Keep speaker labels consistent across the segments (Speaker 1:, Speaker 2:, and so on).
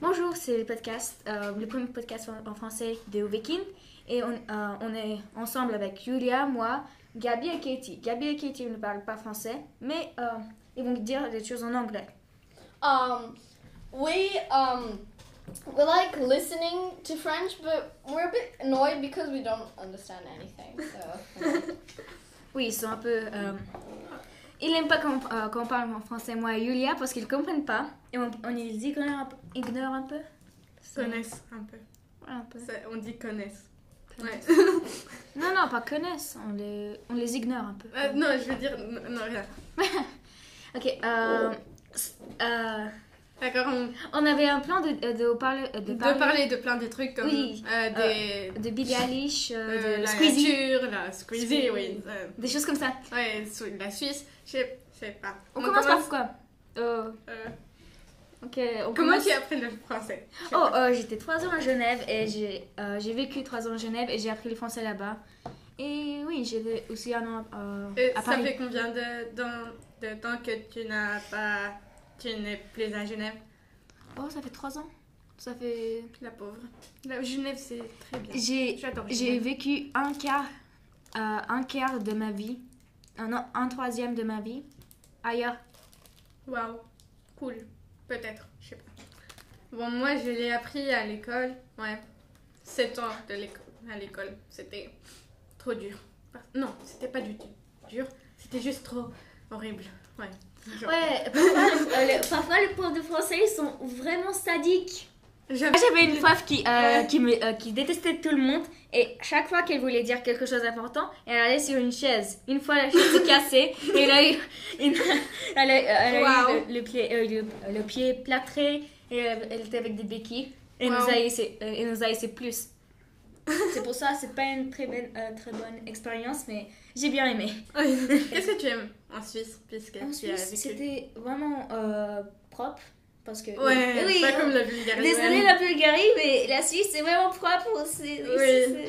Speaker 1: Bonjour, c'est le podcast, euh, le premier podcast en, en français de Weekin. Et on, euh, on est ensemble avec Julia, moi, Gabi et Katie. Gabi et Katie ne parlent pas français, mais euh, ils vont dire des choses en anglais.
Speaker 2: Um, we um, we like listening to French, but we're a bit annoyed because we don't understand anything. So
Speaker 1: Oui, ils sont un peu. euh, ils n'aiment pas qu'on euh, qu'on parle en français, moi et Julia, parce qu'ils ne comprennent pas. Et on, on les ignore un, peu- ignore un peu. C'est-
Speaker 3: Connaissent un peu.
Speaker 1: Ouais, un peu.
Speaker 3: Ça, on dit connaissent. Ouais.
Speaker 1: Connaissent. Non, non, pas connaissent. On les, on les ignore un peu.
Speaker 3: Euh, non, je veux dire. Non, non, rien.
Speaker 1: Ok. euh, s- euh,
Speaker 3: D'accord, on
Speaker 1: on avait un plan de, de, parler, de,
Speaker 3: peut
Speaker 1: parler
Speaker 3: parler de plein de trucs comme
Speaker 1: Oui.
Speaker 3: euh, des.
Speaker 1: de Billie Eilish, euh,
Speaker 3: euh,
Speaker 1: de
Speaker 3: la
Speaker 1: Squeezie,
Speaker 3: nature, la Squeezie,
Speaker 1: Squeezie.
Speaker 3: oui. euh,
Speaker 1: des choses comme ça.
Speaker 3: ouais, sou- la Suisse, je sais- je sais pas.
Speaker 1: On, commence, par quoi Euh,
Speaker 3: euh,
Speaker 1: Ok, on
Speaker 3: comment
Speaker 1: commence-
Speaker 3: tu apprends le français Je sais
Speaker 1: Oh,
Speaker 3: pas.
Speaker 1: euh, j'étais trois ans à Genève et j'ai euh, j'ai vécu trois ans à Genève et j'ai appris le français là-bas. Et oui, j'étais aussi un an euh,
Speaker 3: Et
Speaker 1: à
Speaker 3: ça
Speaker 1: Paris.
Speaker 3: fait combien de, dans- de temps que tu n'as pas. Tu n'es plus à Genève
Speaker 1: Oh, ça fait trois ans. Ça fait.
Speaker 3: La pauvre. La Genève, c'est très bien.
Speaker 1: J'ai
Speaker 3: J'adore
Speaker 1: j'ai
Speaker 3: Genève.
Speaker 1: vécu un quart, euh, un quart de ma vie, un, non, un troisième de ma vie ailleurs.
Speaker 3: Waouh, cool. Peut-être, je sais pas. Bon, moi, je l'ai appris à l'école. Ouais, 7 ans de l'éco- à l'école. C'était trop dur. Par- Non, c'était pas du tout dur. C'était juste trop horrible. Ouais. Genre-
Speaker 4: Ouais, parfois, euh, le- parfois les profs de français ils sont vraiment sadiques.
Speaker 3: J'avais-
Speaker 1: J'avais une prof qui, euh, qui, me- euh, qui détestait tout le monde et chaque fois qu'elle voulait dire quelque chose d'important, elle allait sur une chaise. Une fois la chaise s'est cassée et elle a eu, une- elle a- elle a eu
Speaker 3: Wow.
Speaker 1: le, le pied, euh, le, le pied plâtré et elle, elle était avec des béquilles et
Speaker 3: Wow.
Speaker 1: nous a laissé, euh, et nous a laissé plus. C'est pour ça, c'est pas une très bonne, euh, très bonne expérience, mais j'ai bien aimé.
Speaker 3: Qu'est-ce que tu aimes en Suisse puisque
Speaker 1: En
Speaker 3: tu as
Speaker 1: Suisse,
Speaker 3: vécu
Speaker 1: c'était vraiment euh, propre parce que.
Speaker 3: Ouais,
Speaker 4: Oui,
Speaker 3: pas
Speaker 4: euh,
Speaker 3: comme la Bulgarie.
Speaker 4: Désolée
Speaker 3: ouais.
Speaker 4: la Bulgarie, mais la Suisse c'est vraiment propre. C'est
Speaker 3: Oui.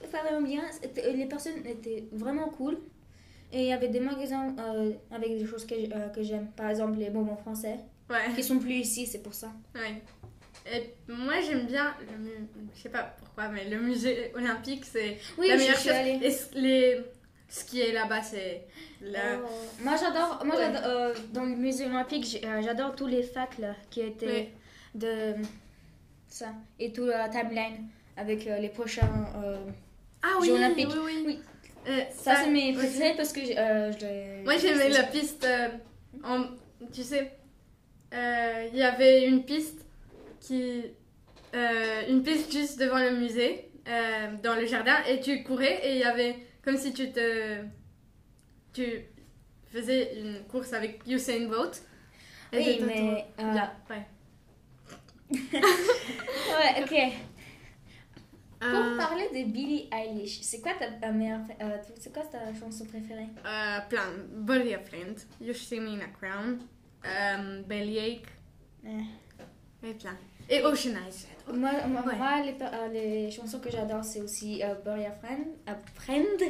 Speaker 1: c'est pas vraiment bien. C'était- euh, Les personnes étaient vraiment cool. Et il y avait des magasins euh, avec des choses que, j'- euh, que j'aime. Par exemple, les bonbons français.
Speaker 3: Ouais.
Speaker 1: Qui sont plus ici, c'est pour ça.
Speaker 3: Ouais. Et moi j'aime bien, le mu- je sais pas pourquoi, mais le musée olympique c'est
Speaker 1: Oui,
Speaker 3: la
Speaker 1: je
Speaker 3: meilleure
Speaker 1: suis
Speaker 3: chose.
Speaker 1: allée.
Speaker 3: Et ce- les... ce qui est là-bas c'est la...
Speaker 1: Euh, moi, j'adore. Moi,
Speaker 3: Ouais.
Speaker 1: j'adore, euh, dans le musée olympique, j'ai- euh, j'adore tous les facs là, qui étaient de ça. Et tout la timeline avec euh, les prochains. euh,
Speaker 3: Ah
Speaker 1: Jeux olympiques.
Speaker 3: oui,
Speaker 1: Oui.
Speaker 3: Euh,
Speaker 1: Ça, c'est mes
Speaker 3: aussi.
Speaker 1: préférés parce que euh, je les-
Speaker 3: Moi j'aimais la piste euh, en... Tu sais, euh, il y avait une piste qui... euh, une piste juste devant le musée, euh, dans le jardin, et tu courais et il y avait comme si tu te... Tu faisais une course avec Usain Bolt. Et
Speaker 1: Oui,
Speaker 3: c'était
Speaker 1: mais.
Speaker 3: trop
Speaker 1: euh,
Speaker 3: bien, ouais.
Speaker 1: Ouais, ok. Pour
Speaker 3: Euh,
Speaker 1: parler de Billie Eilish, c'est quoi ta, ta meilleure, euh, c'est quoi ta chanson préférée
Speaker 3: Euh, plein. Body of Flint. You See Me in a Crown. Euh, Bellyache.
Speaker 1: Ouais.
Speaker 3: Et plein. Et Ocean Eyes. j'adore.
Speaker 1: Moi, moi,
Speaker 3: Ouais.
Speaker 1: moi, les, pa- euh, les chansons que j'adore, c'est aussi euh, Bury a Friend, a Friend,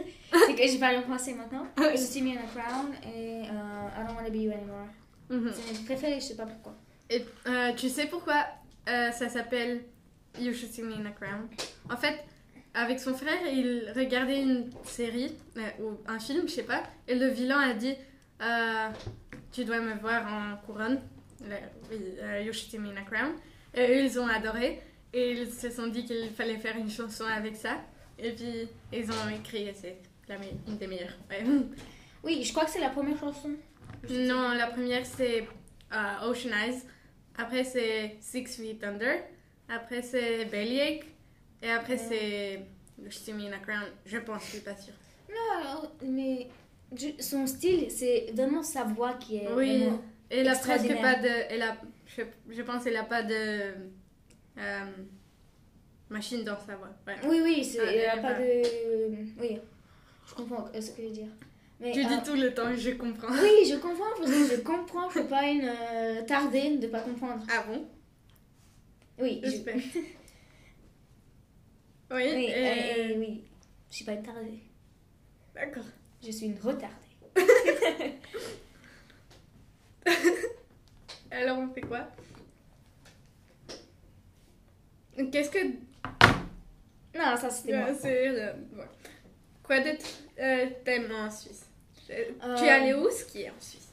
Speaker 1: c'est que je parle en français maintenant. Je suis mis in a crown et euh, I don't wanna be you anymore.
Speaker 3: Mhm.
Speaker 1: C'est mes préférées, je sais pas pourquoi.
Speaker 3: Et euh, tu sais pourquoi euh, ça s'appelle You Should See Me in a Crown En fait, avec son frère, il regardait une série euh, ou un film, je sais pas, et le vilain a dit euh, Tu dois me voir en couronne. Le- oui, euh, you Should See Me in a Crown. Et eux, ils ont adoré et ils se sont dit qu'il fallait faire une chanson avec ça. Et puis, ils ont écrit et c'est la me- une des meilleures. ouais.
Speaker 1: Oui, je crois que c'est la première chanson.
Speaker 3: Non, la première c'est euh, Ocean Eyes. Après c'est Six Feet Under. Après c'est Bellyache. Et après c'est Je suis mis in a crown. Je pense, je suis pas sûre.
Speaker 1: Non, alors, mais je- son style, c'est vraiment sa voix qui est.
Speaker 3: Oui.
Speaker 1: vraiment-
Speaker 3: Et elle a presque
Speaker 1: Extraordinaire.
Speaker 3: pas de. Elle a, je, je pense qu'elle a pas de. euh, machine dans sa voix. Ouais.
Speaker 1: Oui, oui, c'est,
Speaker 3: Ah,
Speaker 1: il y a
Speaker 3: elle est
Speaker 1: pas
Speaker 3: pas-
Speaker 1: de. Oui, je comprends euh, ce que je veux dire. Mais,
Speaker 3: Tu
Speaker 1: euh,
Speaker 3: dis tout le temps, je comprends.
Speaker 1: Oui, je comprends, parce que je comprends, je suis pas une euh, tardée de pas comprendre.
Speaker 3: Ah bon
Speaker 1: Oui, je,
Speaker 3: J'espère. oui,
Speaker 1: oui,
Speaker 3: et-
Speaker 1: euh, oui, je suis pas une tardée,
Speaker 3: D'accord.
Speaker 1: je suis une retardée.
Speaker 3: Alors on fait quoi Qu'est-ce que
Speaker 1: Non, ça c'était moi.
Speaker 3: Ouais, c'est rien. Ouais. Quoi d'autre euh, t'aimes en Suisse Euh,
Speaker 1: Euh,
Speaker 3: Tu es allé où skier en Suisse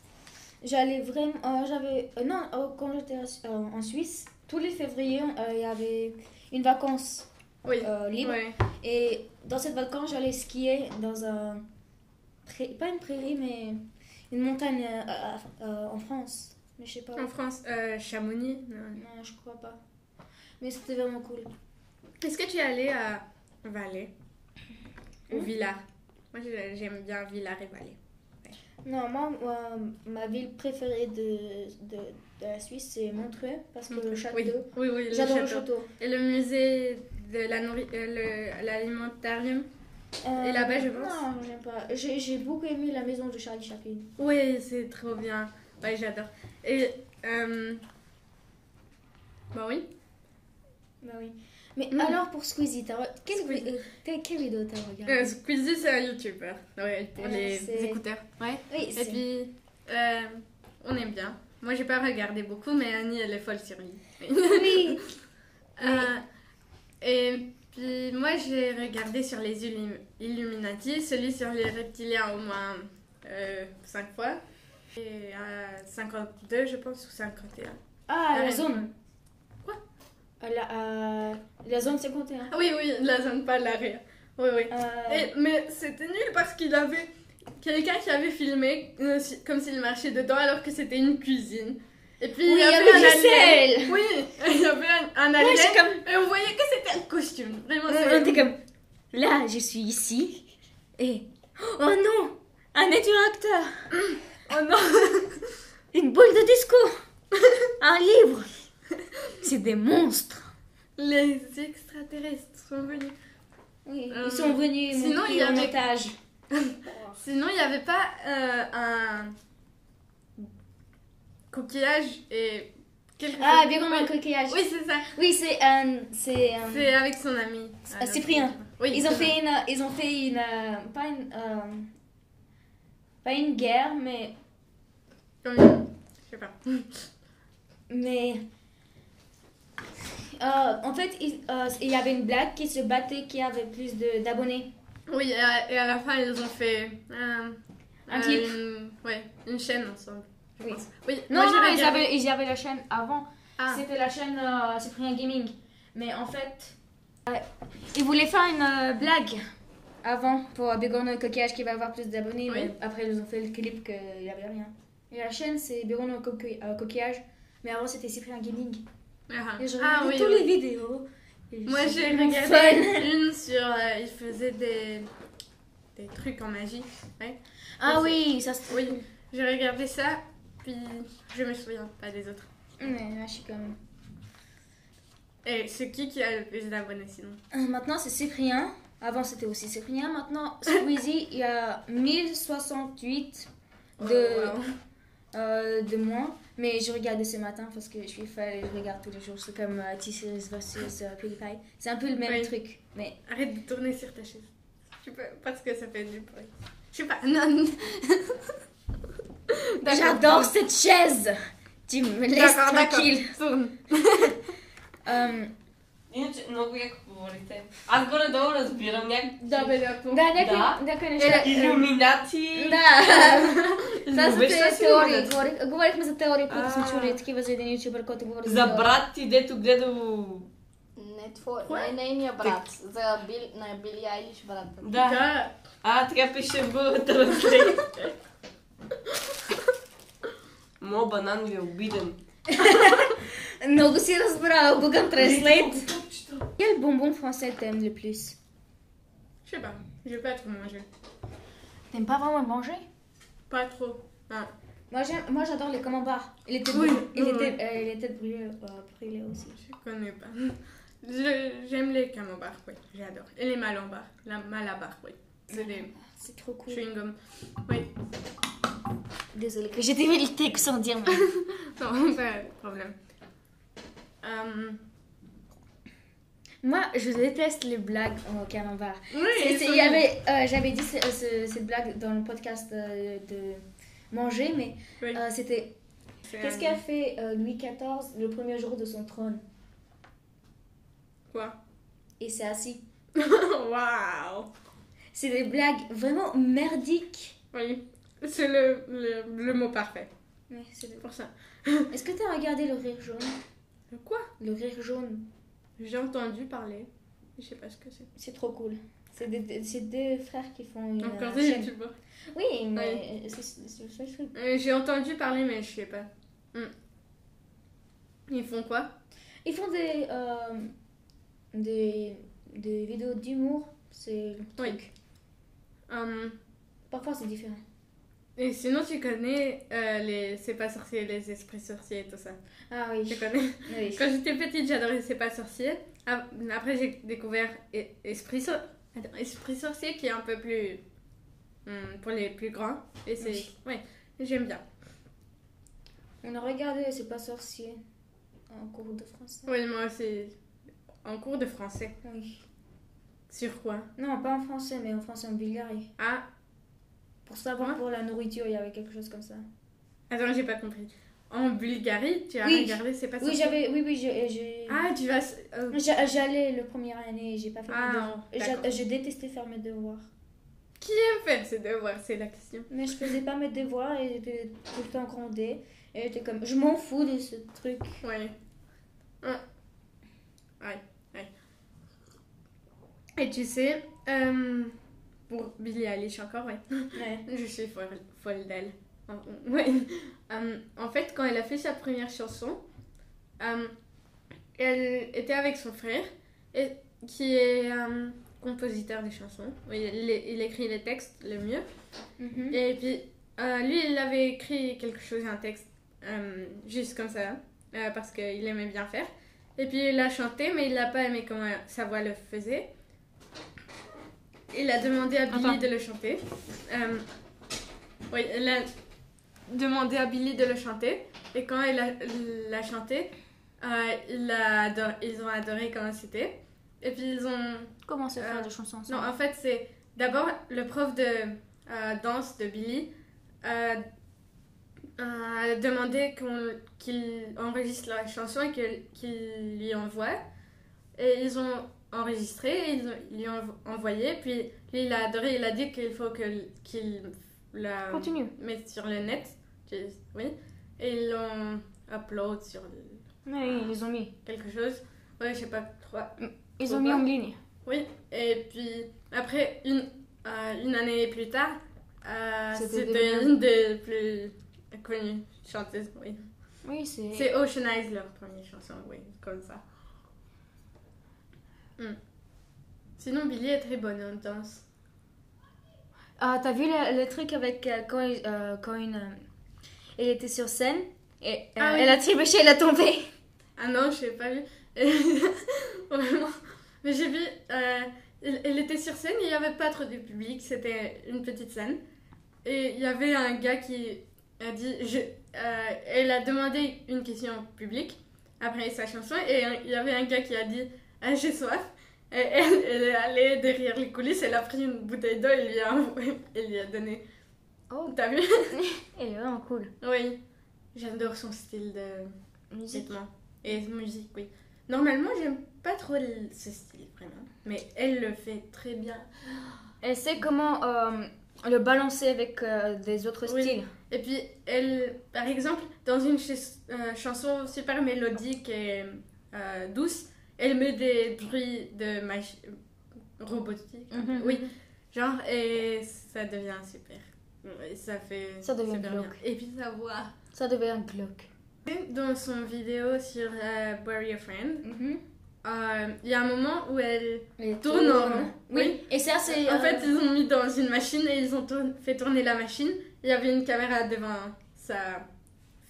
Speaker 1: J'allais vraiment. euh, j'avais. euh, non, euh, quand j'étais euh, en Suisse, tous les février, euh, il y avait une vacance
Speaker 3: Oui.
Speaker 1: euh, libre.
Speaker 3: Ouais.
Speaker 1: Et dans cette vacance, j'allais skier dans un. pré- Pas une prairie, mais une montagne euh, euh, euh, en France. Mais je sais pas.
Speaker 3: En France, euh, Chamonix. non.
Speaker 1: Non, je crois pas. Mais c'était vraiment cool.
Speaker 3: Est-ce que tu es allé à Valais ou
Speaker 1: Hmm
Speaker 3: Villars Moi, j'ai- j'aime bien Villars et Valais.
Speaker 1: Non, moi, moi, ma ville préférée de, de, de la Suisse, c'est Montreux, parce que le château.
Speaker 3: Oui, oui, oui, le
Speaker 1: J'adore le
Speaker 3: château.
Speaker 1: château.
Speaker 3: Et le musée de la nourri- euh, le- l'alimentarium.
Speaker 1: Euh,
Speaker 3: Et là-bas, je pense.
Speaker 1: Non, j'aime pas. J'ai j'ai beaucoup aimé la maison de Charlie Chaplin.
Speaker 3: Oui, c'est trop bien. Ouais, j'adore. Et euh, bah oui.
Speaker 1: Bah oui. Mais
Speaker 3: Mm.
Speaker 1: alors pour Squeezie, t'as re- quelle,
Speaker 3: Squeezie.
Speaker 1: vi- euh, quelle- quelle vidéo t'as regardé
Speaker 3: Euh, Squeezie, c'est un youtubeur. Ouais, pour
Speaker 1: Euh,
Speaker 3: les
Speaker 1: Mm-hmm. c'est-
Speaker 3: écouteurs. Ouais.
Speaker 1: Oui,
Speaker 3: Et
Speaker 1: c'est-
Speaker 3: puis, euh, on aime bien. Moi, j'ai pas regardé beaucoup, mais Annie, elle est folle sur lui.
Speaker 1: oui.
Speaker 3: Euh, et puis, moi, j'ai regardé sur les Illumi- Illuminati, celui sur les reptiliens au moins 5 fois. Et à 52, je pense, ou 51.
Speaker 1: Ah, la
Speaker 3: Ouais.
Speaker 1: zone.
Speaker 3: Euh, Quoi
Speaker 1: Ah, La, euh, la zone 51.
Speaker 3: Ah oui, oui, la zone pas l'arrière. Oui, oui.
Speaker 1: Euh,
Speaker 3: Et- mais c'était nul parce qu'il avait quelqu'un qui avait filmé euh, si- comme s'il marchait dedans alors que c'était une cuisine. Et puis
Speaker 1: Oui,
Speaker 3: il y avait,
Speaker 1: avec
Speaker 3: un
Speaker 1: Gisèle.
Speaker 3: alien. Oui, il y avait un, un alien.
Speaker 4: Moi, j'ai comme.
Speaker 3: Et on voyait que c'était un costume. Vraiment,
Speaker 4: On
Speaker 3: c'est-
Speaker 4: était Euh, comme. Là, je suis ici. Et. Oh non Un interacteur
Speaker 3: Oh non.
Speaker 4: Une boule de disco Un livre C'est des monstres
Speaker 3: Les extraterrestres sont venus.
Speaker 1: oui,
Speaker 3: euh,
Speaker 1: ils sont venus
Speaker 3: sinon,
Speaker 1: monter
Speaker 3: il y
Speaker 1: en
Speaker 3: avait-
Speaker 1: otage.
Speaker 3: Sinon, il n'y avait pas euh, un coquillage et quelque
Speaker 1: Ah,
Speaker 3: chose.
Speaker 1: bien comme un coquillage.
Speaker 3: Oui, c'est ça.
Speaker 1: Oui, c'est un. c'est un-
Speaker 3: C'est avec son ami.
Speaker 1: Ah, Cyprien.
Speaker 3: Oui.
Speaker 1: Ils ont fait une. Ils ont fait une. euh, Pas une. euh, Pas une guerre, mais.
Speaker 3: Comme une- Je sais pas.
Speaker 1: Mais. euh, en fait, il, euh, il y avait une blague qui se battait qui avait plus de- d'abonnés.
Speaker 3: Oui, et à, et à la fin, ils ont fait euh,
Speaker 1: Un
Speaker 3: euh,
Speaker 1: clip.
Speaker 3: Une, ouais, une chaîne ensemble. je
Speaker 1: Oui.
Speaker 3: pense. oui.
Speaker 1: Non,
Speaker 3: moi,
Speaker 1: non,
Speaker 3: j'ai
Speaker 1: non, ils
Speaker 3: regardé.
Speaker 1: avaient, ils avaient la chaîne avant.
Speaker 3: Ah,
Speaker 1: C'était la chaîne euh, Cyprien Gaming. Mais en fait, euh, ils voulaient faire une euh, blague avant pour Bégourneau et Coquillage qui va avoir plus d'abonnés.
Speaker 3: Oui.
Speaker 1: mais Après, ils ont fait le clip qu'il n'y avait rien. Et la chaîne, c'est Bégourneau et Coqui- euh, Coquillage. Mais avant, c'était Cyprien Gaming.
Speaker 3: ah,
Speaker 1: Et je
Speaker 3: ah,
Speaker 1: regardais
Speaker 3: oui.
Speaker 1: tous
Speaker 3: oui.
Speaker 1: les vidéos. Et
Speaker 3: Moi,
Speaker 1: c'est
Speaker 3: j'ai
Speaker 1: tellement
Speaker 3: regardé
Speaker 1: fun.
Speaker 3: une sur. euh, ils faisaient des, des trucs en magie.
Speaker 1: Ah oui, ça se
Speaker 3: Oui, j'ai regardé ça, puis je me souviens pas des autres.
Speaker 1: Mais là, je suis comme.
Speaker 3: Et c'est qui qui a le plus d'abonnés sinon
Speaker 1: Euh, Maintenant, c'est Cyprien. Avant, c'était aussi Cyprien. Maintenant, Squeezie, il y a 1068 de,
Speaker 3: Oh, wow.
Speaker 1: euh, de moins. Mais je regardais ce matin parce que je suis folle et je regarde tous les jours. C'est comme euh, T-Series versus euh, PewDiePie. C'est un peu le même
Speaker 3: Oui.
Speaker 1: truc. Mais
Speaker 3: Arrête de tourner sur ta chaise. Je sais pas, parce que ça fait du bruit. Je sais pas, non. non. D'accord.
Speaker 1: j'adore cette chaise Tu me laisses
Speaker 3: D'accord, d'accord.
Speaker 1: tranquille.
Speaker 3: Tourne.
Speaker 1: Euh,
Speaker 5: Inače, mnogo jako govorite. A gore dobro razbiram, jak...
Speaker 1: Euh,
Speaker 3: Double up.
Speaker 1: Da, d'accord,
Speaker 5: Da.
Speaker 1: d'accord,
Speaker 3: Et la-
Speaker 5: Iluminati!
Speaker 1: Da.
Speaker 5: Da,
Speaker 1: Da su te teorije.
Speaker 5: teorije.
Speaker 1: Govori- Govorili smo za teoriju koliko smo
Speaker 3: A.
Speaker 1: čuli od Kiva za jedan youtuber koji ti govori za
Speaker 5: Za
Speaker 1: teoriju.
Speaker 5: brati, detu gledao...
Speaker 2: Ne tvoj, ne, ne nje brat. Za Bill, ne Billie Eilish brat.
Speaker 5: Da.
Speaker 3: Da.
Speaker 5: A, така пише в Translate. Моя банан ви е обиден.
Speaker 1: Много си разбрал Google Translate. Quel bonbon français t'aimes le plus
Speaker 3: Je sais pas, j'ai pas trop mangé.
Speaker 1: T'aimes pas vraiment le manger
Speaker 3: Pas trop. Ah.
Speaker 1: Moi j'aime, moi j'adore les camemberts. Et les têtes
Speaker 3: Oui,
Speaker 1: brûlées. Et
Speaker 3: oui,
Speaker 1: les têtes, euh, les têtes brûlées, euh, brûlées aussi.
Speaker 3: Je connais pas. Je- J'aime les camembert, oui, j'adore. Et les malambars, la malabar, oui. C'est des
Speaker 1: C'est trop cool.
Speaker 3: chewing-gum. Oui,
Speaker 1: Désolée. que-
Speaker 4: J'ai mis le texte sans dire moi.
Speaker 3: non, pas de problème. Euh,
Speaker 1: Moi je déteste les blagues en camembert.
Speaker 3: oui,
Speaker 1: C'est-
Speaker 3: ils
Speaker 1: c'est-
Speaker 3: sont
Speaker 1: il y avait, euh, j'avais dit ce- ce- cette blague dans le podcast euh, de manger, mais
Speaker 3: Oui.
Speaker 1: euh, c'était
Speaker 3: C'est
Speaker 1: qu'est-ce
Speaker 3: un-
Speaker 1: qu'a fait euh, Louis XIV le premier jour de son trône
Speaker 3: Quoi
Speaker 1: et c'est assis.
Speaker 3: Waouh
Speaker 1: C'est des blagues vraiment merdiques.
Speaker 3: Oui, c'est le, le, le mot parfait
Speaker 1: Ouais, c'est des-
Speaker 3: pour ça.
Speaker 1: Est-ce que t'as regardé le rire jaune
Speaker 3: Le Quoi
Speaker 1: Le rire jaune,
Speaker 3: J'ai entendu parler. Je sais pas ce que c'est.
Speaker 1: c'est trop cool. C'est des, des- c'est deux frères qui font une
Speaker 3: Encore
Speaker 1: euh,
Speaker 3: des
Speaker 1: chaîne.
Speaker 3: youtubeurs.
Speaker 1: Oui, mais euh, c'est c'est le seul truc.
Speaker 3: Euh, J'ai entendu parler, mais je sais pas. Hmm. Ils font quoi
Speaker 1: Ils font des, euh, des, des vidéos d'humour. C'est
Speaker 3: Oui. Hum,
Speaker 1: parfois c'est différent.
Speaker 3: et sinon, tu connais euh, les C'est pas sorcier, les esprits sorciers et tout ça.
Speaker 1: Ah
Speaker 3: Tu
Speaker 1: oui.
Speaker 3: connais
Speaker 1: oui.
Speaker 3: Quand j'étais petite, j'adorais C'est pas sorcier. Ah, Après, j'ai découvert e- Esprit, Sor- Attends, Esprit sorcier qui est un peu plus. hum, pour les plus grands. Et c'est. Ouais, j'aime bien.
Speaker 1: On a regardé C'est pas sorcier en cours de français.
Speaker 3: Oui, moi aussi. En cours de français.
Speaker 1: Oui.
Speaker 3: Sur quoi
Speaker 1: Non, pas en français, mais en français en Bulgarie.
Speaker 3: Ah,
Speaker 1: Pour savoir
Speaker 3: Quoi
Speaker 1: pour la nourriture, il y avait quelque chose comme ça.
Speaker 3: attends, j'ai pas compris. En Bulgarie, tu as
Speaker 1: Oui.
Speaker 3: regardé, Ah, c'est pas ça
Speaker 1: Oui, j'avais. Oui, oui, j'ai- j'ai.
Speaker 3: Ah, tu vas. s- euh,
Speaker 1: J'a- J'allais le première année, j'ai pas fait
Speaker 3: Ah,
Speaker 1: mes devoirs.
Speaker 3: d'accord.
Speaker 1: J'a- Je détestais faire mes devoirs.
Speaker 3: Qui aime faire ses devoirs C'est la question.
Speaker 1: Mais je faisais pas mes devoirs et j'étais tout le temps grondée. Et j'étais comme, je m'en fous de ce truc.
Speaker 3: Ouais. Ah. Ouais, ouais. Et tu sais, euh, pour Billie Eilish encore, ouais.
Speaker 1: Ouais.
Speaker 3: Je suis folle, folle d'elle. Ah, Ouais. Euh, en fait, quand elle a fait sa première chanson, euh, elle était avec son frère, et, qui est euh, compositeur des chansons. Oui, Il, il écrit les textes le mieux.
Speaker 1: Mhm.
Speaker 3: Et puis, euh, lui, il avait écrit quelque chose, un texte, euh, juste comme ça, euh, parce qu'il aimait bien faire. Et puis, il l'a chanté, mais il n'a pas aimé comment sa voix le faisait. Il a demandé à Billy
Speaker 5: Attends.
Speaker 3: de le chanter. Euh, oui, il a demandé à Billy de le chanter. Et quand il a- l'a chanté, euh, il a ador- ils ont adoré comment c'était. Et puis, ils ont
Speaker 1: Comment se faire
Speaker 3: Euh,
Speaker 1: des chansons
Speaker 3: non,
Speaker 1: ensemble
Speaker 3: en fait, c'est d'abord le prof de euh, danse de Billy euh, euh, a demandé qu'on- qu'il enregistre la chanson et que- qu'il lui envoie. Et ils ont enregistré, et ils ont- ils lui ont envoyé. Puis lui, il a adoré, il a dit qu'il faut que- qu'il la
Speaker 1: Continue.
Speaker 3: mette sur le net. Tu- Oui. Et ils l'ont upload sur le-
Speaker 1: Oui, ils ont mis.
Speaker 3: quelque chose. Ouais, je sais pas, trois,
Speaker 1: Ils
Speaker 3: Faut
Speaker 1: ont mis
Speaker 3: pas.
Speaker 1: en ligne.
Speaker 3: oui, et puis après, une, euh, une année plus tard, euh,
Speaker 1: C'était
Speaker 3: c'était
Speaker 1: devenu-
Speaker 3: une des plus connues chanteuses, oui.
Speaker 1: Oui, c'est.
Speaker 3: C'est Ocean Eyes, leur première chanson, oui, comme ça. Hmm. Sinon, Billy est très bonne en danse.
Speaker 1: Ah, t'as vu le, le truc avec euh, quand, il- euh, quand une. euh, elle était sur scène et euh,
Speaker 3: Ah oui.
Speaker 1: elle a trébuché, elle a tombé.
Speaker 3: Ah non, je l'ai pas vu. Vraiment. Mais j'ai vu, euh, il, il était sur scène, il n'y avait pas trop de public, c'était une petite scène. Et il y avait un gars qui a dit, je, euh, elle a demandé une question au public après sa chanson, et un- il y avait un gars qui a dit, Ah, j'ai soif. Et elle, elle est allée derrière les coulisses, elle a pris une bouteille d'eau et lui a, elle lui a donné.
Speaker 1: Oh.
Speaker 3: T'as vu
Speaker 1: Elle est vraiment cool.
Speaker 3: Oui. J'adore son style de...
Speaker 1: Musique.
Speaker 3: Vêtements. Et musique, oui. Normalement, j'aime pas trop le- ce style, vraiment. Mais elle le fait très bien.
Speaker 1: Elle sait comment euh, le balancer avec euh, des autres
Speaker 3: Oui.
Speaker 1: styles.
Speaker 3: Et puis, elle, par exemple, dans une chais- euh, chanson super mélodique et euh, douce, elle met des bruits de machine robotique. un peu.
Speaker 1: Mhm.
Speaker 3: Oui. Genre, et ça devient super. Et ça fait.
Speaker 1: Ça devient
Speaker 3: super
Speaker 1: glauque.
Speaker 3: bien. Et puis, sa voix.
Speaker 1: Ça devait être glauque.
Speaker 3: Dans son vidéo sur euh, Bury a Friend,
Speaker 1: Mhm.
Speaker 3: euh, il y a un moment où elle.
Speaker 1: Et
Speaker 3: Tourne en rond.
Speaker 1: Oui. Et ça, c'est.
Speaker 3: En
Speaker 1: euh,
Speaker 3: fait, ils ont mis dans une machine et ils ont tourn- fait tourner la machine. Il y avait une caméra devant sa...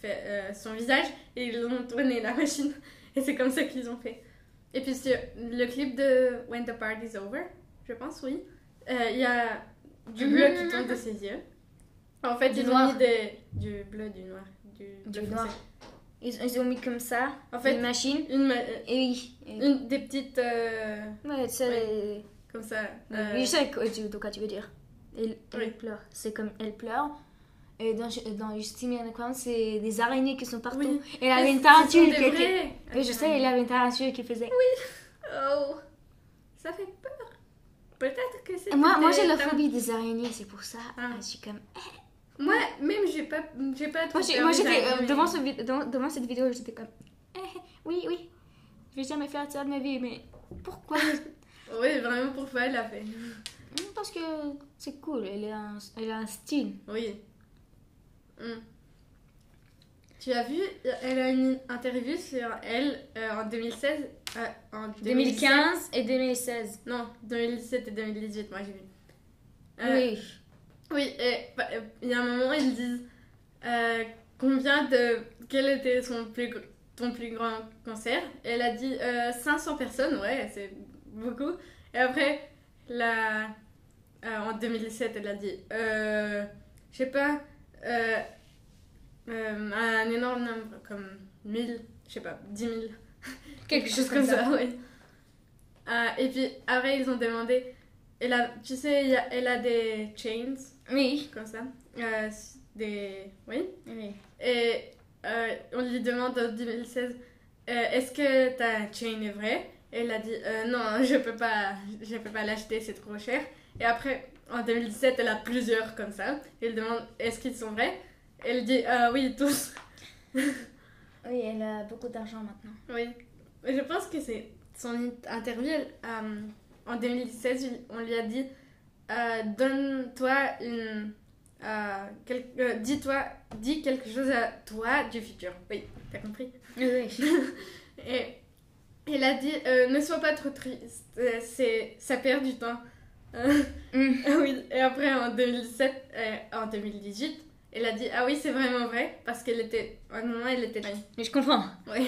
Speaker 3: fait, euh, son visage et ils ont tourné la machine. Et c'est comme ça qu'ils ont fait. Et puis sur le clip de When the Party's Over, je pense, oui, euh, il y a du bleu qui tombe de ses yeux. En fait,
Speaker 1: Mm-hmm. Du
Speaker 3: ils ont
Speaker 1: noir.
Speaker 3: mis des... du bleu, du noir, du,
Speaker 1: Du
Speaker 3: bleu
Speaker 1: noir.
Speaker 3: foncé.
Speaker 1: Ils, ils ont mis comme ça
Speaker 3: En fait,
Speaker 1: une machine.
Speaker 3: une, ma- euh,
Speaker 1: Et oui. Et-
Speaker 3: une- des petites... euh,
Speaker 1: Ouais, euh, c'est.
Speaker 3: comme ça.
Speaker 1: Oui,
Speaker 3: euh,
Speaker 1: je sais quoi tu, de quoi tu veux dire. Elle, elle
Speaker 3: Oui.
Speaker 1: pleure. C'est comme elle pleure. Et dans, dans Justine et Anaconda, c'est des araignées qui sont partout. Elle avait une
Speaker 3: Ce sont
Speaker 1: tarentule.
Speaker 3: des
Speaker 1: qui- qui-
Speaker 3: vrais-
Speaker 1: Oui, je sais, elle avait une tarentule qui faisait. Oui.
Speaker 3: Oh, ça fait peur. Peut-être que c'est.
Speaker 4: Et moi, moi j'ai la
Speaker 3: peut-être un-
Speaker 4: phobie des araignées, c'est pour ça.
Speaker 3: Ah.
Speaker 4: Je suis comme.
Speaker 3: Moi, même, j'ai pas, j'ai pas trop
Speaker 4: Moi, j'ai-
Speaker 3: peur
Speaker 4: moi,
Speaker 3: des
Speaker 4: j'étais euh,
Speaker 3: araignées.
Speaker 4: devant, ce vid- devant- devant cette vidéo, j'étais comme. Eh, oui, oui. Je vais jamais faire ça de ma vie, mais pourquoi
Speaker 3: Oui, vraiment, pourquoi elle l'a fait
Speaker 4: Hmm, Parce que c'est cool, elle a un, elle a un style.
Speaker 3: Oui. Hmm. Tu as vu, elle a une interview sur elle euh, en 2016. euh, en 2017.
Speaker 4: 2015 et 2016.
Speaker 3: Non, 2017 et 2018, moi j'ai vu. Euh,
Speaker 4: Oui.
Speaker 3: Oui, et bah, euh, il y a un moment, ils disent euh, combien de. Quel était son plus, gr- ton plus grand cancer Et Elle a dit euh, 500 personnes, ouais, c'est beaucoup. Et après, la, euh, en 2017, elle a dit euh, Je sais pas, euh, euh, un énorme nombre, comme 1000, je sais pas, 10 000. Quelque chose comme ça, oui. Euh, et puis après, ils ont demandé. Elle a, tu sais, il y a- elle a des chains
Speaker 4: Oui.
Speaker 3: comme ça. Euh, s- des... Oui.
Speaker 4: Oui.
Speaker 3: Et euh, on lui demande en 2016, euh, est-ce que ta chain est vraie Et elle a dit, Euh, non, je peux pas, je peux pas l'acheter, c'est trop cher. Et après, en 2017, elle a plusieurs comme ça. Et elle demande, est-ce qu'ils sont vrais Elle dit, Ah oui, tous.
Speaker 1: Oui, elle a beaucoup d'argent maintenant.
Speaker 3: Oui, je pense que c'est son interview elle, euh, en 2016. il- On lui a dit euh, Donne-toi une. euh, quel- euh, dis-toi, dis quelque chose à toi du futur. Oui, t'as compris. Et il a dit euh, Ne sois pas trop triste, euh, c'est, ça perd du temps. Euh,
Speaker 4: Mm.
Speaker 3: ah oui, et après en 2017, euh, en 2018, elle a dit Ah oui, c'est vraiment vrai, parce qu'elle était. À un moment, elle était.
Speaker 4: Mais je comprends.
Speaker 3: Oui.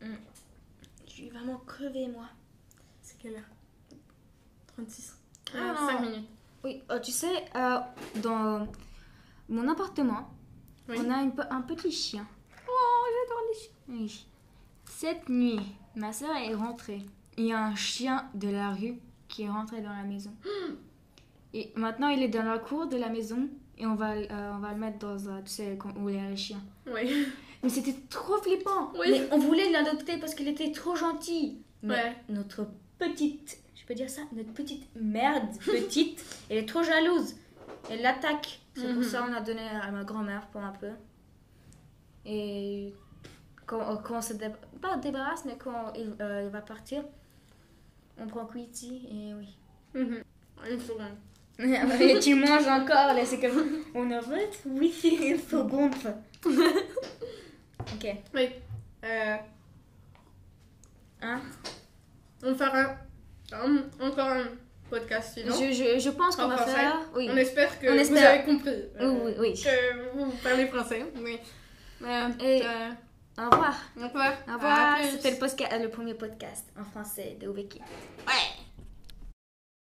Speaker 1: Je suis vraiment crevée, moi.
Speaker 3: C'est quelle heure 36.
Speaker 1: Ah non.
Speaker 3: 5 minutes.
Speaker 4: Oui, euh, tu sais, euh, dans mon appartement,
Speaker 3: Oui.
Speaker 4: on a une pe- un petit chien. Oh, j'adore les chiens. Oui. Cette nuit, ma soeur est rentrée. Il y a un chien de la rue qui est rentré dans la maison. Et maintenant, il est dans la cour de la maison et on va, euh, on va le mettre dans un, tu sais, quand- où il y a les chiens.
Speaker 3: Oui.
Speaker 4: Mais c'était trop flippant.
Speaker 3: Oui.
Speaker 4: Mais on voulait l'adopter parce qu'il était trop gentil. Mais
Speaker 3: Ouais.
Speaker 4: notre petite, je peux dire ça, notre petite merde petite, elle est trop jalouse. Elle l'attaque. C'est
Speaker 3: Mhm.
Speaker 4: pour ça qu'on a donné à ma grand-mère pour un peu. Et quand, euh, quand on se dé- pas débarrasse, mais quand il, euh, il va partir, on prend Quitty et oui.
Speaker 3: Mhm. Une seconde.
Speaker 4: et tu manges encore, là, c'est comme. On arrête Oui, une seconde. ok.
Speaker 3: Oui. Euh,
Speaker 4: Hein
Speaker 3: on fera un- encore un podcast suivant.
Speaker 4: je, je, je pense qu'on
Speaker 3: En
Speaker 4: va
Speaker 3: français
Speaker 4: faire. Oui.
Speaker 3: On espère que
Speaker 4: On
Speaker 3: vous
Speaker 4: espère.
Speaker 3: avez compris. euh,
Speaker 4: Oui, oui, oui.
Speaker 3: Que vous parlez français. Oui. Euh,
Speaker 4: Et-
Speaker 3: euh,
Speaker 4: Au revoir.
Speaker 3: au revoir.
Speaker 4: Au
Speaker 3: À
Speaker 4: revoir.
Speaker 3: plus.
Speaker 4: C'était le, posca- le premier podcast en français de Oveki.
Speaker 5: Ouais.